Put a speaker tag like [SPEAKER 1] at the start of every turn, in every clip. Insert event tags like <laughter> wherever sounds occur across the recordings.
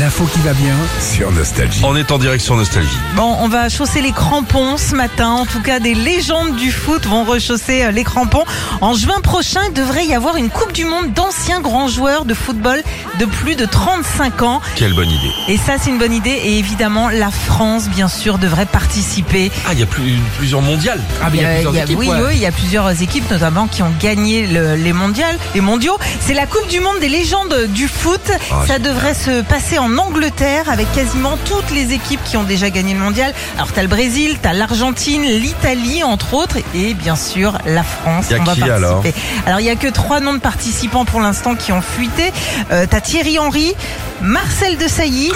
[SPEAKER 1] L'info qui va bien sur Nostalgie.
[SPEAKER 2] On est en direct sur Nostalgie.
[SPEAKER 3] Bon, on va chausser les crampons ce matin. En tout cas, des légendes du foot vont rechausser euh, les crampons. En juin prochain, il devrait y avoir une Coupe du Monde d'anciens grands joueurs de football de plus de 35 ans.
[SPEAKER 2] Quelle bonne idée.
[SPEAKER 3] Et ça, c'est une bonne idée. Et évidemment, la France, bien sûr, devrait participer.
[SPEAKER 2] Ah, il y a plus- plusieurs mondiales. Ah,
[SPEAKER 3] Euh, il y a- oui, oui, il y a plusieurs équipes, notamment, qui ont gagné le- les mondiales, les mondiaux. C'est la Coupe du Monde des légendes du foot.
[SPEAKER 2] Ah,
[SPEAKER 3] Ça devrait se passer en Angleterre avec quasiment toutes les équipes qui ont déjà gagné le mondial. Alors, t'as le Brésil, t'as l'Argentine, l'Italie, entre autres, et bien sûr, la France.
[SPEAKER 2] Y a
[SPEAKER 3] On va
[SPEAKER 2] qui,
[SPEAKER 3] participer.
[SPEAKER 2] alors
[SPEAKER 3] Alors, il y a que trois noms de participants pour l'instant qui ont fuité. Euh, t'as Thierry Henry, Marcel Desailly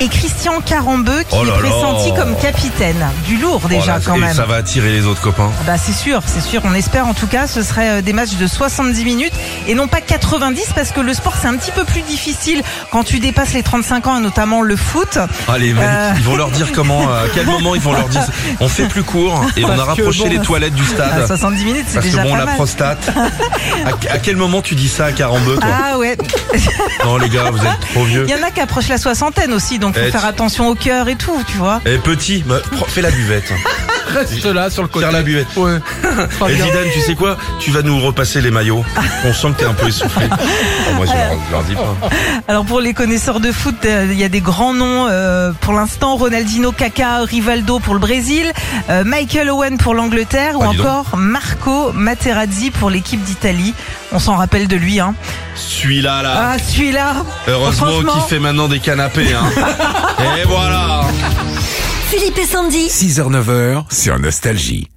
[SPEAKER 3] et Christian Carambeu qui
[SPEAKER 2] Oh là
[SPEAKER 3] est pressenti
[SPEAKER 2] là.
[SPEAKER 3] comme capitaine. Du lourd, déjà,
[SPEAKER 2] Oh là,
[SPEAKER 3] quand
[SPEAKER 2] et
[SPEAKER 3] même.
[SPEAKER 2] Ça va attirer les autres copains.
[SPEAKER 3] Ah Bah c'est sûr, c'est sûr. On espère en tout cas, ce serait euh, des matchs de 70 minutes et non pas 90 parce que le sport c'est un petit peu plus difficile quand tu dépasses les 35 ans et notamment le foot.
[SPEAKER 2] Ah, les mecs,
[SPEAKER 3] Euh.
[SPEAKER 2] ils vont leur dire comment, euh, à
[SPEAKER 3] <laughs>
[SPEAKER 2] quel moment ils vont leur dire. On fait plus court et on a
[SPEAKER 3] Parce que
[SPEAKER 2] rapproché
[SPEAKER 3] bon,
[SPEAKER 2] les toilettes du
[SPEAKER 3] À
[SPEAKER 2] stade.
[SPEAKER 3] 70 Ah, minutes, c'est
[SPEAKER 2] Ah, Parce que
[SPEAKER 3] déjà
[SPEAKER 2] bon,
[SPEAKER 3] pas
[SPEAKER 2] la
[SPEAKER 3] mal.
[SPEAKER 2] prostate. à, à quel moment tu dis ça à Carambeu, toi
[SPEAKER 3] Ah ouais,
[SPEAKER 2] Non, les gars, vous êtes trop vieux.
[SPEAKER 3] il y en a qui approchent la soixantaine aussi, donc faut
[SPEAKER 2] Eh,
[SPEAKER 3] faire
[SPEAKER 2] tu-
[SPEAKER 3] attention au cœur et tout, tu vois.
[SPEAKER 2] Eh, petit, bah, pro- fais la buvette.
[SPEAKER 4] Reste là sur le côté.
[SPEAKER 2] Faire la buvette. <laughs>
[SPEAKER 4] Ouais. Pas
[SPEAKER 2] Et
[SPEAKER 4] bien.
[SPEAKER 2] Zidane, tu sais quoi Tu vas nous repasser les maillots. On sent que t'es un peu
[SPEAKER 3] <laughs>
[SPEAKER 2] essoufflé. Ah, moi, je leur, je leur dis pas.
[SPEAKER 3] Euh, Alors pour les connaisseurs de foot, euh, il y a des grands noms euh, pour l'instant Ronaldinho, Kaká, Rivaldo pour le Brésil, euh, Michael Owen pour l'Angleterre ou
[SPEAKER 2] Ah, dis donc.
[SPEAKER 3] encore Marco Materazzi pour l'équipe d'Italie. On s'en rappelle de lui, hein.
[SPEAKER 2] Celui-là, là.
[SPEAKER 3] Ah, celui-là
[SPEAKER 2] Heureusement
[SPEAKER 3] Franchement.
[SPEAKER 2] qu'il fait maintenant des canapés.
[SPEAKER 3] <laughs>
[SPEAKER 2] Hein. Et voilà.
[SPEAKER 5] Philippe et Sandy.
[SPEAKER 1] 6h-9h sur Nostalgie.